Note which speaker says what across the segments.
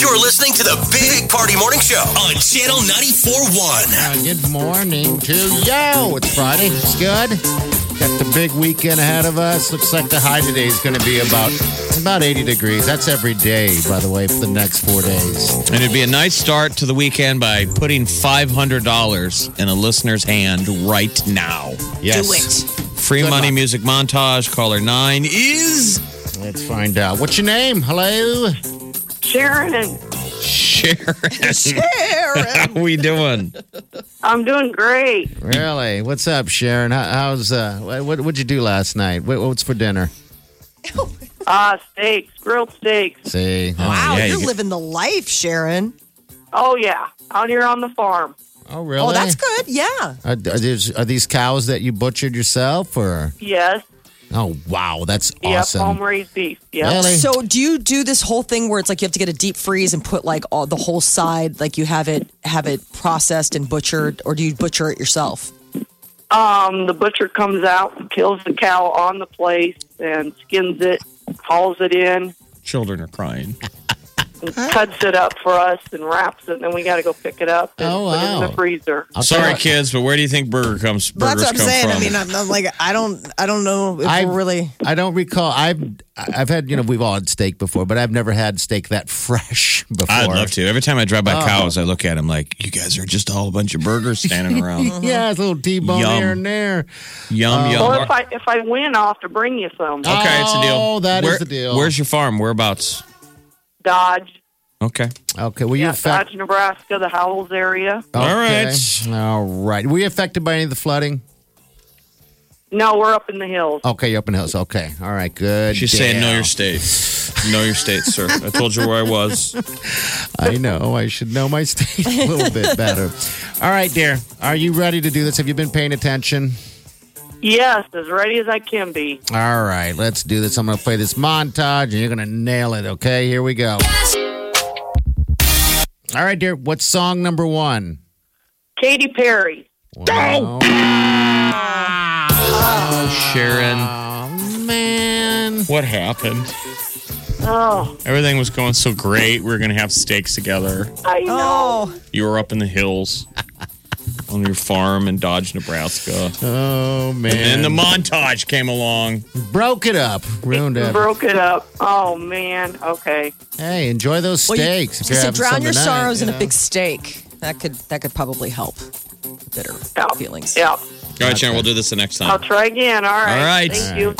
Speaker 1: You're listening to the Big Party Morning Show on Channel 94.1.
Speaker 2: Uh, good morning to you. It's Friday. It's good. Got the big weekend ahead of us. Looks like the high today is going to be about about 80 degrees. That's every day, by the way, for the next four days.
Speaker 3: And it'd be a nice start to the weekend by putting $500 in a listener's hand right now.
Speaker 2: Yes. Do
Speaker 3: Free
Speaker 2: Good
Speaker 3: money
Speaker 2: luck.
Speaker 3: music montage, caller nine is
Speaker 2: it. Let's find out. What's your name? Hello.
Speaker 4: Sharon,
Speaker 3: Sharon. Sharon. How we doing?
Speaker 4: I'm doing great.
Speaker 2: Really? What's up, Sharon? How, how's uh? wha- What what'd you do last night? What, what's for dinner?
Speaker 4: Ah, steaks, grilled steaks.
Speaker 2: See.
Speaker 5: Wow,
Speaker 3: yeah,
Speaker 5: Oh, you're
Speaker 3: you-
Speaker 5: living the life, Sharon.
Speaker 4: Oh yeah, out here on the farm.
Speaker 2: Oh, really?
Speaker 5: Oh, that's good. Yeah.
Speaker 2: Are, are, these, are these cows that you butchered yourself, or?
Speaker 4: Yes,
Speaker 2: Oh, wow, that's
Speaker 4: yep,
Speaker 2: awesome.
Speaker 4: home raised beef. Yep.
Speaker 2: Really?
Speaker 5: So, do you do this whole thing where it's like you have to get a deep freeze and put like all the whole side, like you have it have it processed and butchered, or do you butcher it yourself?
Speaker 4: Um, the butcher comes out, and kills the cow on the place, and skins it, hauls it in,
Speaker 3: Children are crying.
Speaker 4: and cuts it up for us, and wraps it. And then we got to go pick it up and
Speaker 2: Oh,
Speaker 4: put it in
Speaker 2: wow.
Speaker 4: the freezer.
Speaker 2: I'll tell
Speaker 3: Sorry,
Speaker 2: you-
Speaker 3: kids, but where do you think burger comes, burgers come from?
Speaker 5: I'm, I'm like, I don't, I don't know if
Speaker 2: I
Speaker 5: we're
Speaker 2: I don't recall. I've I've had you know we've all had steak before, but I've never had steak that fresh before.
Speaker 3: I'd love to. Every time I drive by
Speaker 2: Oh.
Speaker 3: cows, I look at them like, you guys are just all a bunch of burgers standing around.
Speaker 2: Yeah, it's a little T-bone
Speaker 3: Yum.
Speaker 2: here and there.
Speaker 3: yum, yum.
Speaker 4: Well, if I if I win, I'll have to bring you some.
Speaker 3: okay, it's a deal.
Speaker 2: Oh, that is
Speaker 3: Where-
Speaker 2: the deal.
Speaker 3: Where's your farm? Whereabouts?
Speaker 4: Dodge,
Speaker 3: Okay.
Speaker 2: Okay, were you
Speaker 4: yeah,
Speaker 2: affected?
Speaker 4: Dodge, Nebraska, the Howells area.
Speaker 3: All right.
Speaker 2: all right. Were you affected by any of the flooding?
Speaker 4: No, we're up in the hills.
Speaker 2: Okay, you're up in the hills. Okay, all right, good.
Speaker 3: She's saying, know
Speaker 2: deal.
Speaker 3: your state. Know your state, sir. I told you where I was.
Speaker 2: I know. I should know my state a little bit better. All right, dear. Are you ready to do this? Have you been paying attention?
Speaker 4: Yes, as ready as I can be.
Speaker 2: All right, let's do this. I'm going to play this montage and you're going to nail it, okay? Here we go. All right, dear. What's song number one?
Speaker 4: Katy Perry.
Speaker 2: Wow.
Speaker 3: Sharon.
Speaker 2: Oh, man.
Speaker 3: What happened?
Speaker 4: Oh,
Speaker 3: Everything was going so great. We were going to have steaks together.
Speaker 4: I know.
Speaker 3: You were up in the hills on your farm in Dodge, Nebraska.
Speaker 2: Oh, man.
Speaker 3: And the montage came along.
Speaker 2: Broke it up. Ruined it.
Speaker 4: Broke it up. Oh man. Okay.
Speaker 2: Hey, enjoy those
Speaker 5: Well, you-
Speaker 2: steaks. if
Speaker 5: so
Speaker 2: you're having
Speaker 5: drown
Speaker 2: some
Speaker 5: your
Speaker 2: tonight,
Speaker 5: sorrows
Speaker 2: you
Speaker 5: in
Speaker 2: know.
Speaker 5: a big steak. That could that could probably help bitter
Speaker 4: Yeah.
Speaker 5: feelings.
Speaker 4: Yeah.
Speaker 3: All right, Sharon, we'll do this the next
Speaker 4: I'll
Speaker 3: time.
Speaker 4: try again. All right.
Speaker 3: All right.
Speaker 4: Thank you.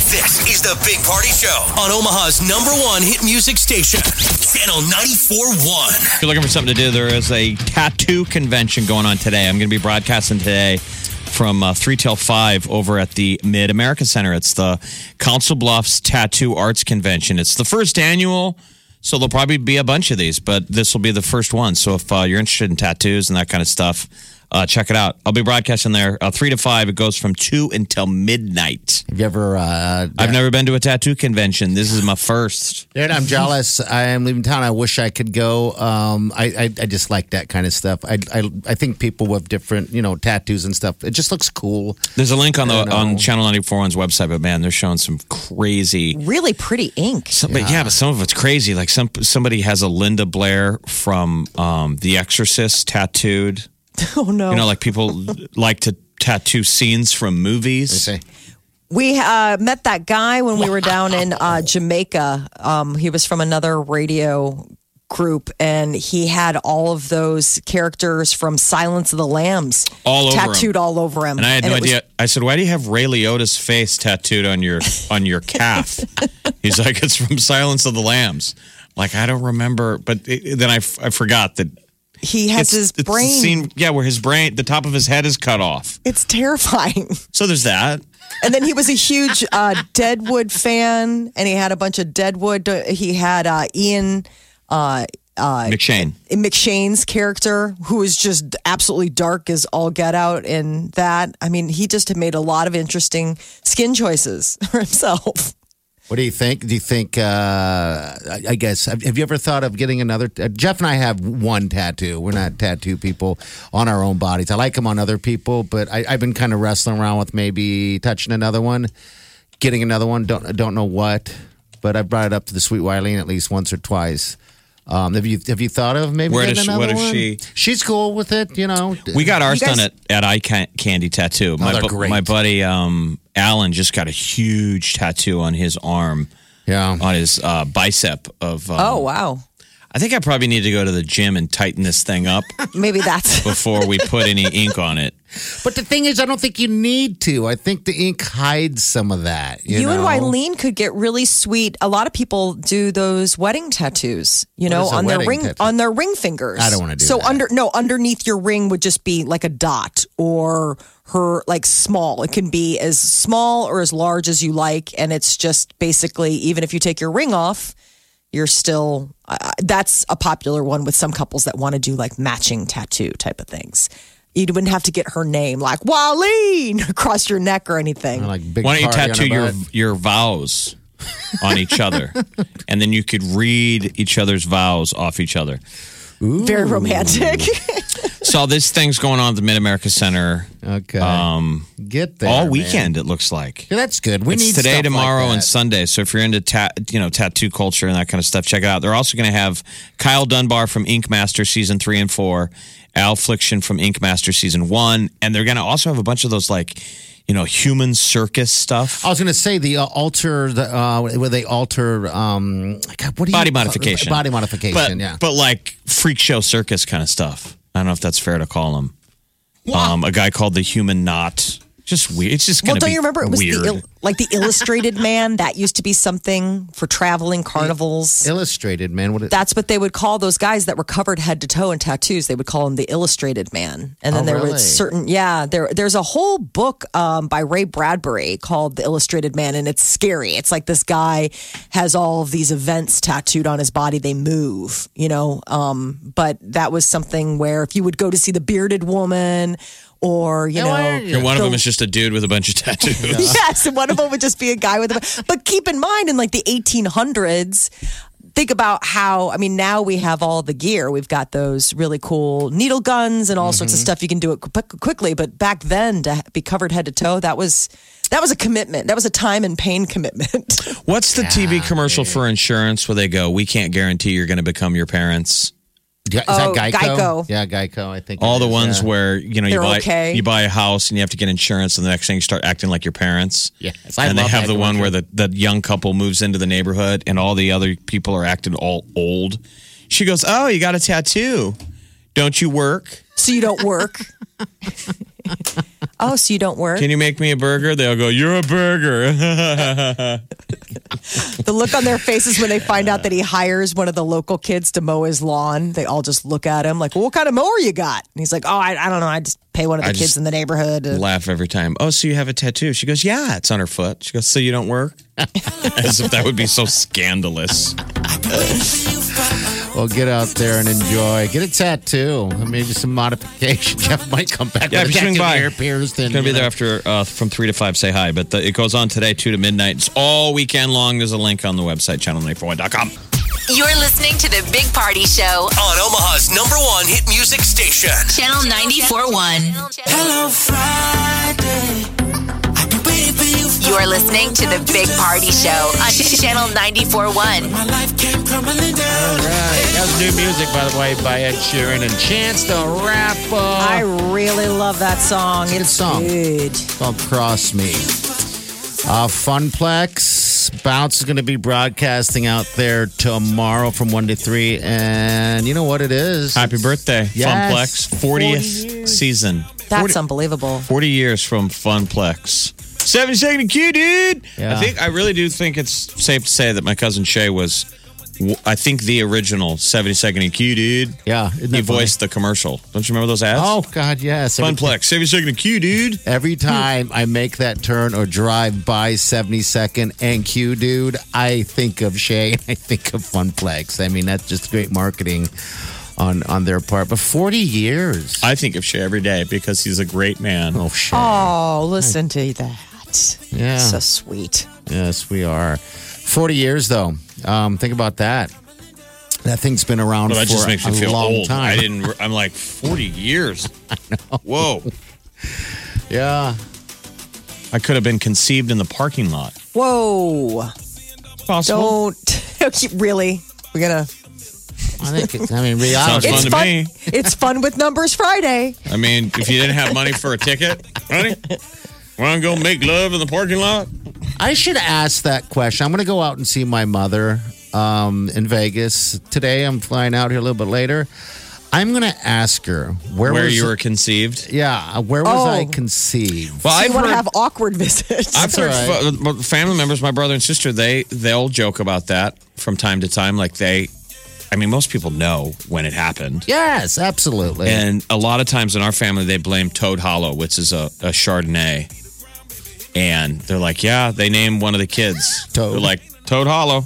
Speaker 1: This is the Big Party Show on Omaha's number one hit music station, Channel 94.1.
Speaker 3: If you're looking for something to do, there is a tattoo convention going on today. I'm going to be broadcasting today from uh, 3 till 5 over at the Mid America Center. It's the Council Bluffs Tattoo Arts Convention. It's the first annual, so there'll probably be a bunch of these, but this will be the first one. So if uh, you're interested in tattoos and that kind of stuff, uh, check it out. I'll be broadcasting there uh, 3 to 5. It goes from 2 until midnight.
Speaker 2: Have you ever. Uh,
Speaker 3: I've never been to a tattoo convention. This is my first.
Speaker 2: Dude, I'm jealous. I am leaving town. I wish I could go. Um, I, I, I just like that kind of stuff. I, I, I think people with different, you know, tattoos and stuff, it just looks cool.
Speaker 3: There's a link on the
Speaker 2: don't know.
Speaker 3: on Channel 94's website, but man, they're showing some crazy
Speaker 5: Really pretty ink.
Speaker 3: Some, But yeah, but some of it's crazy. Like some somebody has a Linda Blair from um, The Exorcist tattooed.
Speaker 5: Oh no.
Speaker 3: You know, like people like to tattoo scenes from movies.
Speaker 2: Say,
Speaker 5: We uh, met that guy when we were down in uh, Jamaica. Um, he was from another radio group, and he had all of those characters from Silence of the Lambs
Speaker 3: All over him.
Speaker 5: tattooed all over him.
Speaker 3: And I had no
Speaker 5: it was-
Speaker 3: idea. I said, "Why do you have Ray Liotta's face tattooed on your on your calf?" He's like, "It's from Silence of the Lambs." Like I don't remember, but it, then I, f- I forgot that
Speaker 5: he has his
Speaker 3: the
Speaker 5: brain.
Speaker 3: scene, yeah, where his brain, the top of his head is cut off.
Speaker 5: it's terrifying.
Speaker 3: So there's that.
Speaker 5: And then he was a huge uh, Deadwood fan, and he had a bunch of Deadwood. He had uh, Ian uh, uh,
Speaker 3: McShane.
Speaker 5: McShane's character, who is just absolutely dark as all get out in that. I mean, he just had made a lot of interesting skin choices for himself.
Speaker 2: What do you think? Do you think? Uh, I, I guess. Have have you ever thought of getting another? Uh, Jeff and I have one tattoo. We're not tattoo people on our own bodies. I like them on other people, but I, I've been kind of wrestling around with maybe touching another one, getting another one. Don't don't know what, but I brought it up to the sweet Wileen at least once or twice. Um, have you have you thought of maybe
Speaker 3: Where
Speaker 2: getting
Speaker 3: does she-
Speaker 2: another
Speaker 3: what if
Speaker 2: one?
Speaker 3: she-
Speaker 2: She's cool with it, you know.
Speaker 3: We got ours
Speaker 5: You guys-
Speaker 3: done at, at Eye Ca- Candy Tattoo. My,
Speaker 2: they're
Speaker 3: bu-
Speaker 2: great.
Speaker 3: my buddy um, Alan just got a huge tattoo on his arm,
Speaker 2: yeah.
Speaker 3: on his uh, bicep. Of um,
Speaker 5: Oh, wow.
Speaker 3: I think I probably need to go to the gym and tighten this thing up
Speaker 5: Maybe that's.
Speaker 3: before we put any ink on it.
Speaker 2: But the thing is, I don't think you need to. I think the ink hides some of that. You,
Speaker 5: You, and
Speaker 2: know?
Speaker 5: Wileen could get really sweet. A lot of people do those wedding tattoos, you know,
Speaker 2: is a
Speaker 5: on their
Speaker 2: wedding
Speaker 5: ring
Speaker 2: tattoo?
Speaker 5: on their ring fingers.
Speaker 2: I don't wanna do
Speaker 5: So
Speaker 2: that.
Speaker 5: under no, underneath your ring would just be like a dot or her like small. It can be as small or as large as you like and it's just basically even if you take your ring off, you're still uh, that's a popular one with some couples that want to do like matching tattoo type of things. You wouldn't have to get her name like Wileen across your neck or anything.
Speaker 2: Like big
Speaker 3: Why don't you
Speaker 2: party on her
Speaker 3: tattoo your
Speaker 2: butt.
Speaker 3: your vows on each other, and then you could read each other's vows off each other.
Speaker 5: Very romantic.
Speaker 3: So this thing's going on at the Mid America Center
Speaker 2: Okay.
Speaker 3: um,
Speaker 2: Get there.
Speaker 3: all
Speaker 2: man.
Speaker 3: weekend. It looks like
Speaker 2: Yeah, that's good. We
Speaker 3: it's
Speaker 2: need
Speaker 3: today,
Speaker 2: stuff
Speaker 3: tomorrow,
Speaker 2: like
Speaker 3: and
Speaker 2: that.
Speaker 3: Sunday. So if you're into ta- you know tattoo culture and that kind of stuff, check it out. They're also going to have Kyle Dunbar from Ink Master season three and four, Al Fliction from Ink Master season one, and they're going to also have a bunch of those like you know human circus stuff.
Speaker 2: I was going to say the uh, alter the uh, where they alter um God, what do you
Speaker 3: body modification.
Speaker 2: body modification
Speaker 3: But,
Speaker 2: yeah
Speaker 3: but like freak show circus kind of stuff. I don't know if that's fair to call him. Um, a guy called the Human Knot. Just weird. It's just
Speaker 5: well,
Speaker 3: gonna
Speaker 5: don't
Speaker 3: be
Speaker 5: you remember it was
Speaker 3: weird.
Speaker 5: the il- like the illustrated man that used to be something for traveling carnivals.
Speaker 2: illustrated man what it,
Speaker 5: That's what they would call those guys that were covered head to toe in tattoos. They would call them the illustrated man. And then
Speaker 2: Oh,
Speaker 5: there
Speaker 2: really?
Speaker 5: was certain yeah, there there's a whole book um, by Ray Bradbury called The Illustrated Man and it's scary. It's like this guy has all of these events tattooed on his body. They move, you know. Um, but that was something where if you would go to see the bearded woman or you
Speaker 2: How
Speaker 5: know
Speaker 2: are you?
Speaker 3: and one of
Speaker 5: the-
Speaker 3: them is just a dude with a bunch of tattoos.
Speaker 5: Yes, and one of them would just be a guy with a. But keep in mind, in like the 1800s, think about how. I mean, now we have all the gear. We've got those really cool needle guns and all sorts of stuff. You can do it qu- quickly, but back then to be covered head to toe, that was that was a commitment. That was a time and pain commitment.
Speaker 3: What's the TV commercial for insurance where they go, "We can't guarantee you're going to become your parents."
Speaker 2: is
Speaker 5: Oh,
Speaker 2: that Geico?
Speaker 5: Geico.
Speaker 2: yeah Geico I think
Speaker 3: All
Speaker 2: it
Speaker 3: the
Speaker 2: is,
Speaker 3: ones
Speaker 2: yeah.
Speaker 3: where you know you
Speaker 5: They're
Speaker 3: buy
Speaker 5: okay.
Speaker 3: you buy a house and you have to get insurance, and the next thing you start acting like your parents.
Speaker 2: Yes, I
Speaker 3: and they
Speaker 2: love
Speaker 3: have
Speaker 2: that
Speaker 3: the one
Speaker 2: commercial.
Speaker 3: where the the young couple moves into the neighborhood, and all the other people are acting all old. She goes, "Oh, you got a tattoo? Don't you work?
Speaker 5: so you don't work. oh, so you don't work.
Speaker 3: Can you make me a burger?" They'll go, "You're a burger."
Speaker 5: The look on their faces when they find out that he hires one of the local kids to mow his lawn, they all just look at him like, well, what kind of mower you got? And he's like, oh, I, I don't know. I just pay one of the
Speaker 3: I
Speaker 5: kids
Speaker 3: just
Speaker 5: in the neighborhood. And
Speaker 3: Laugh every time. Oh, so you have a tattoo? She goes, "Yeah, it's on her foot." She goes, "So you don't work?" As if that would be so scandalous.
Speaker 2: well get out there and enjoy get a tattoo maybe some modification Jeff might come back
Speaker 3: Yeah,
Speaker 2: with
Speaker 3: if
Speaker 2: a
Speaker 3: you swing
Speaker 2: tattoo
Speaker 3: by,
Speaker 2: here, pierced and,
Speaker 3: It's going to
Speaker 2: you
Speaker 3: be there
Speaker 2: know.
Speaker 3: after uh, from 3 to 5, say hi. But the, it goes on today, 2 to midnight. It's all weekend long. There's a link on the website, channel941.com.
Speaker 6: You're listening to the Big Party Show,
Speaker 1: On Omaha's number one hit music station.
Speaker 6: Channel 94.1. You're listening to the Big Party Show on Channel 94.1.
Speaker 2: All right. that was new music by the way by Ed Sheeran and Chance the Rapper
Speaker 5: I really love that song.
Speaker 2: It's a good
Speaker 5: It's
Speaker 2: song.
Speaker 5: good.
Speaker 2: called Cross Me. Uh, Funplex Bounce is going to be broadcasting out there tomorrow from 1 to 3. And you know what it is?
Speaker 3: Happy birthday,
Speaker 2: Yes.
Speaker 3: Funplex. 40th
Speaker 2: 40
Speaker 3: season.
Speaker 5: That's unbelievable.
Speaker 3: 40 years from Funplex. 70 second Q, dude.
Speaker 2: Yeah.
Speaker 3: I think I really do think it's safe to say that my cousin Shay was w- I think the original 70 Second EQ, dude.
Speaker 2: Yeah, isn't that
Speaker 3: He
Speaker 2: funny?
Speaker 3: voiced the commercial. Don't you remember those ads?
Speaker 2: Oh God, yes. Every-
Speaker 3: Funplex, Hmm. 70 Second EQ, dude.
Speaker 2: Every time I make that turn or drive by 72nd and Q, dude, I think of Shay and I think of Funplex. I mean, that's just great marketing on on their part. But 40 years.
Speaker 3: I think of Shay every day because he's a great man.
Speaker 2: Oh, Shay.
Speaker 5: Oh, listen to that.
Speaker 2: Yeah.
Speaker 5: So sweet.
Speaker 2: Yes, we are. 40 years, though. Um, think about that. That thing's been around
Speaker 3: But that
Speaker 2: for
Speaker 3: just makes
Speaker 2: a
Speaker 3: me feel
Speaker 2: long
Speaker 3: old.
Speaker 2: time.
Speaker 3: I didn't. I'm like 40 years. Whoa!
Speaker 2: Yeah.
Speaker 3: I could have been conceived in the parking lot.
Speaker 5: Whoa.
Speaker 3: Possible.
Speaker 5: Don't. really? We're going to.
Speaker 2: I think it's, I mean, reality.
Speaker 3: Sounds
Speaker 5: It's
Speaker 3: to
Speaker 5: fun.
Speaker 3: me.
Speaker 5: It's fun with Numbers Friday.
Speaker 3: I mean, if you didn't have money for a ticket, honey, want to go make love in the parking lot?
Speaker 2: I should ask that question. I'm going to go out and see my mother um, in Vegas today. I'm flying out here a little bit later. I'm going to ask her where,
Speaker 3: Where
Speaker 2: was
Speaker 3: you were conceived?
Speaker 2: Yeah, where was I
Speaker 5: Oh.
Speaker 2: conceived?
Speaker 3: Well,
Speaker 5: You want to have awkward visits.
Speaker 3: I've heard
Speaker 2: all
Speaker 3: fa- family members, my brother and sister, they they'll joke about that from time to time. Like they, I mean, most people know when it happened.
Speaker 2: Yes, absolutely.
Speaker 3: And a lot of times in our family, they blame Toad Hollow, which is a, a Chardonnay. And they're like, yeah, they named one of the kids.
Speaker 2: Toad.
Speaker 3: They're like, Toad Hollow.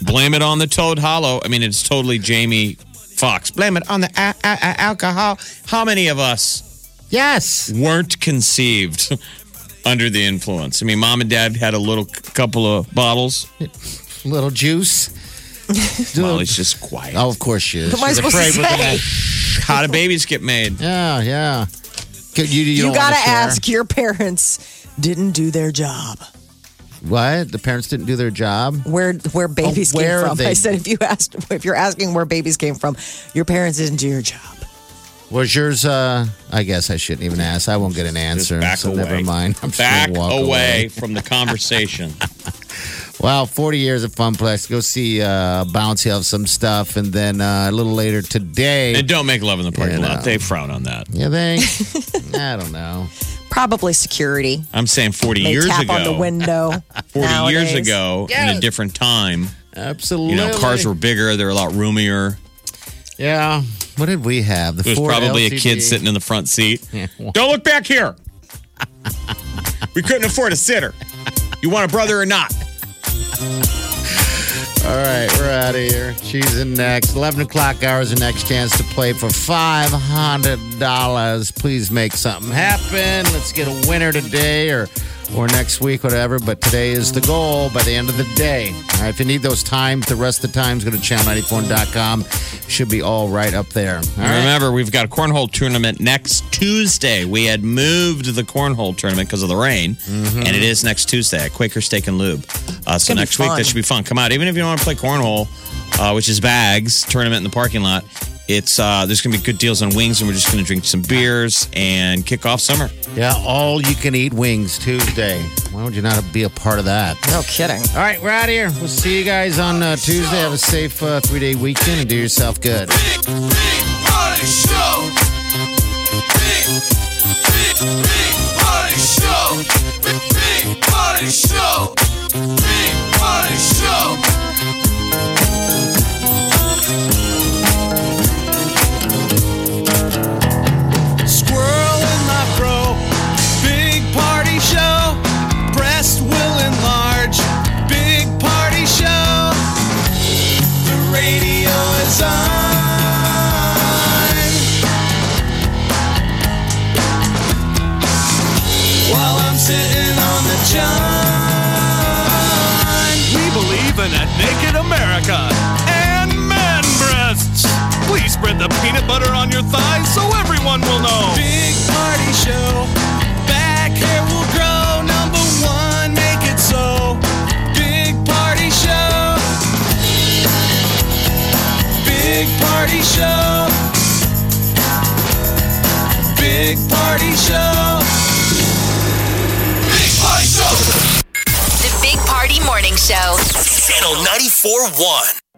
Speaker 3: blame it on the Toad Hollow. I mean, it's totally Jamie Fox. Blame it on the a- a- a- alcohol. How many of us
Speaker 2: yes.
Speaker 3: weren't conceived under the influence? I mean, mom and dad had a little c- couple of bottles.
Speaker 2: Little juice.
Speaker 3: Molly's just quiet.
Speaker 2: Oh, of course she is.
Speaker 5: Am I
Speaker 2: She's
Speaker 5: supposed to
Speaker 2: afraid we're
Speaker 5: say?
Speaker 3: How do babies get made?
Speaker 2: gonna- yeah, yeah. You, you,
Speaker 5: You,
Speaker 2: don't wanna
Speaker 5: gotta
Speaker 2: share.
Speaker 5: ask your parents didn't do their job.
Speaker 2: What? The parents didn't do their job?
Speaker 5: Where where babies
Speaker 2: where
Speaker 5: came from?
Speaker 2: they-
Speaker 5: I said if you asked if you're asking where babies came from, your parents didn't do your job.
Speaker 2: Was yours? Uh, I guess I shouldn't even ask. I won't get an
Speaker 3: Just
Speaker 2: answer.
Speaker 3: back
Speaker 2: so
Speaker 3: away.
Speaker 2: never mind. I'm just
Speaker 3: back
Speaker 2: gonna walk
Speaker 3: away, from the conversation.
Speaker 2: Wow, 40 years of Funplex. Go see uh, Bouncy of some stuff, and then uh, a little later today.
Speaker 3: and don't make love in the parking
Speaker 2: Yeah,
Speaker 3: lot.
Speaker 2: no.
Speaker 3: They frown on that.
Speaker 2: you think? I don't know.
Speaker 5: Probably security.
Speaker 3: I'm saying 40
Speaker 5: They
Speaker 3: years
Speaker 5: tap
Speaker 3: ago.
Speaker 5: on the window.
Speaker 3: 40 years
Speaker 5: nowadays.
Speaker 3: ago in a
Speaker 2: Yes.
Speaker 3: different time,
Speaker 2: Absolutely.
Speaker 3: you know, cars were bigger, they were a lot roomier.
Speaker 2: Yeah. What did we have? The
Speaker 3: It was
Speaker 2: Ford
Speaker 3: probably a
Speaker 2: LTD.
Speaker 3: kid sitting in the front seat.
Speaker 2: Yeah.
Speaker 3: Don't look back here. we couldn't afford a sitter. You want a brother or not?
Speaker 2: All right, we're out of here. She's in next. 11 o'clock hour is the next chance to play for $500. Please make something happen. Let's get a winner today or or next week, whatever. But today is the goal by the end of the day. All right, if you need those times, the rest of the times, go to channel94.com. Should be all right up there. All
Speaker 3: And
Speaker 2: right.
Speaker 3: Remember, we've got a cornhole tournament next Tuesday. We had moved the cornhole tournament because of the rain, and it is next Tuesday at Quaker Steak and Lube. Uh, so
Speaker 5: Mm-hmm. gonna be
Speaker 3: next week,
Speaker 5: fun.
Speaker 3: that should be fun. Come out, even if you don't want to play cornhole, uh, which is bags tournament in the parking lot. It's uh, there's going to be good deals on wings, and we're just going to drink some beers and kick off summer.
Speaker 2: Yeah, all you can eat wings Tuesday. Why would you not be a part of that?
Speaker 5: No kidding.
Speaker 2: All right, we're out of here. We'll see you guys on uh, Tuesday. Have a safe uh, three day weekend and do yourself good.
Speaker 7: Big, big party show. Big, big, big party show. Big, big party show. Big party show. Squirrel in my bro. Big party show. Breast will enlarge. Big party show. The radio is on. While I'm sitting on the john.
Speaker 8: We believe in a naked America and man breasts. Please spread the peanut butter on your thighs so everyone will know.
Speaker 7: Big party show. Back hair will grow. Number one, make it so. Big party show. Big party show. Big party show. Big party show.
Speaker 6: The Big Party Morning Show.
Speaker 1: Channel 94.1.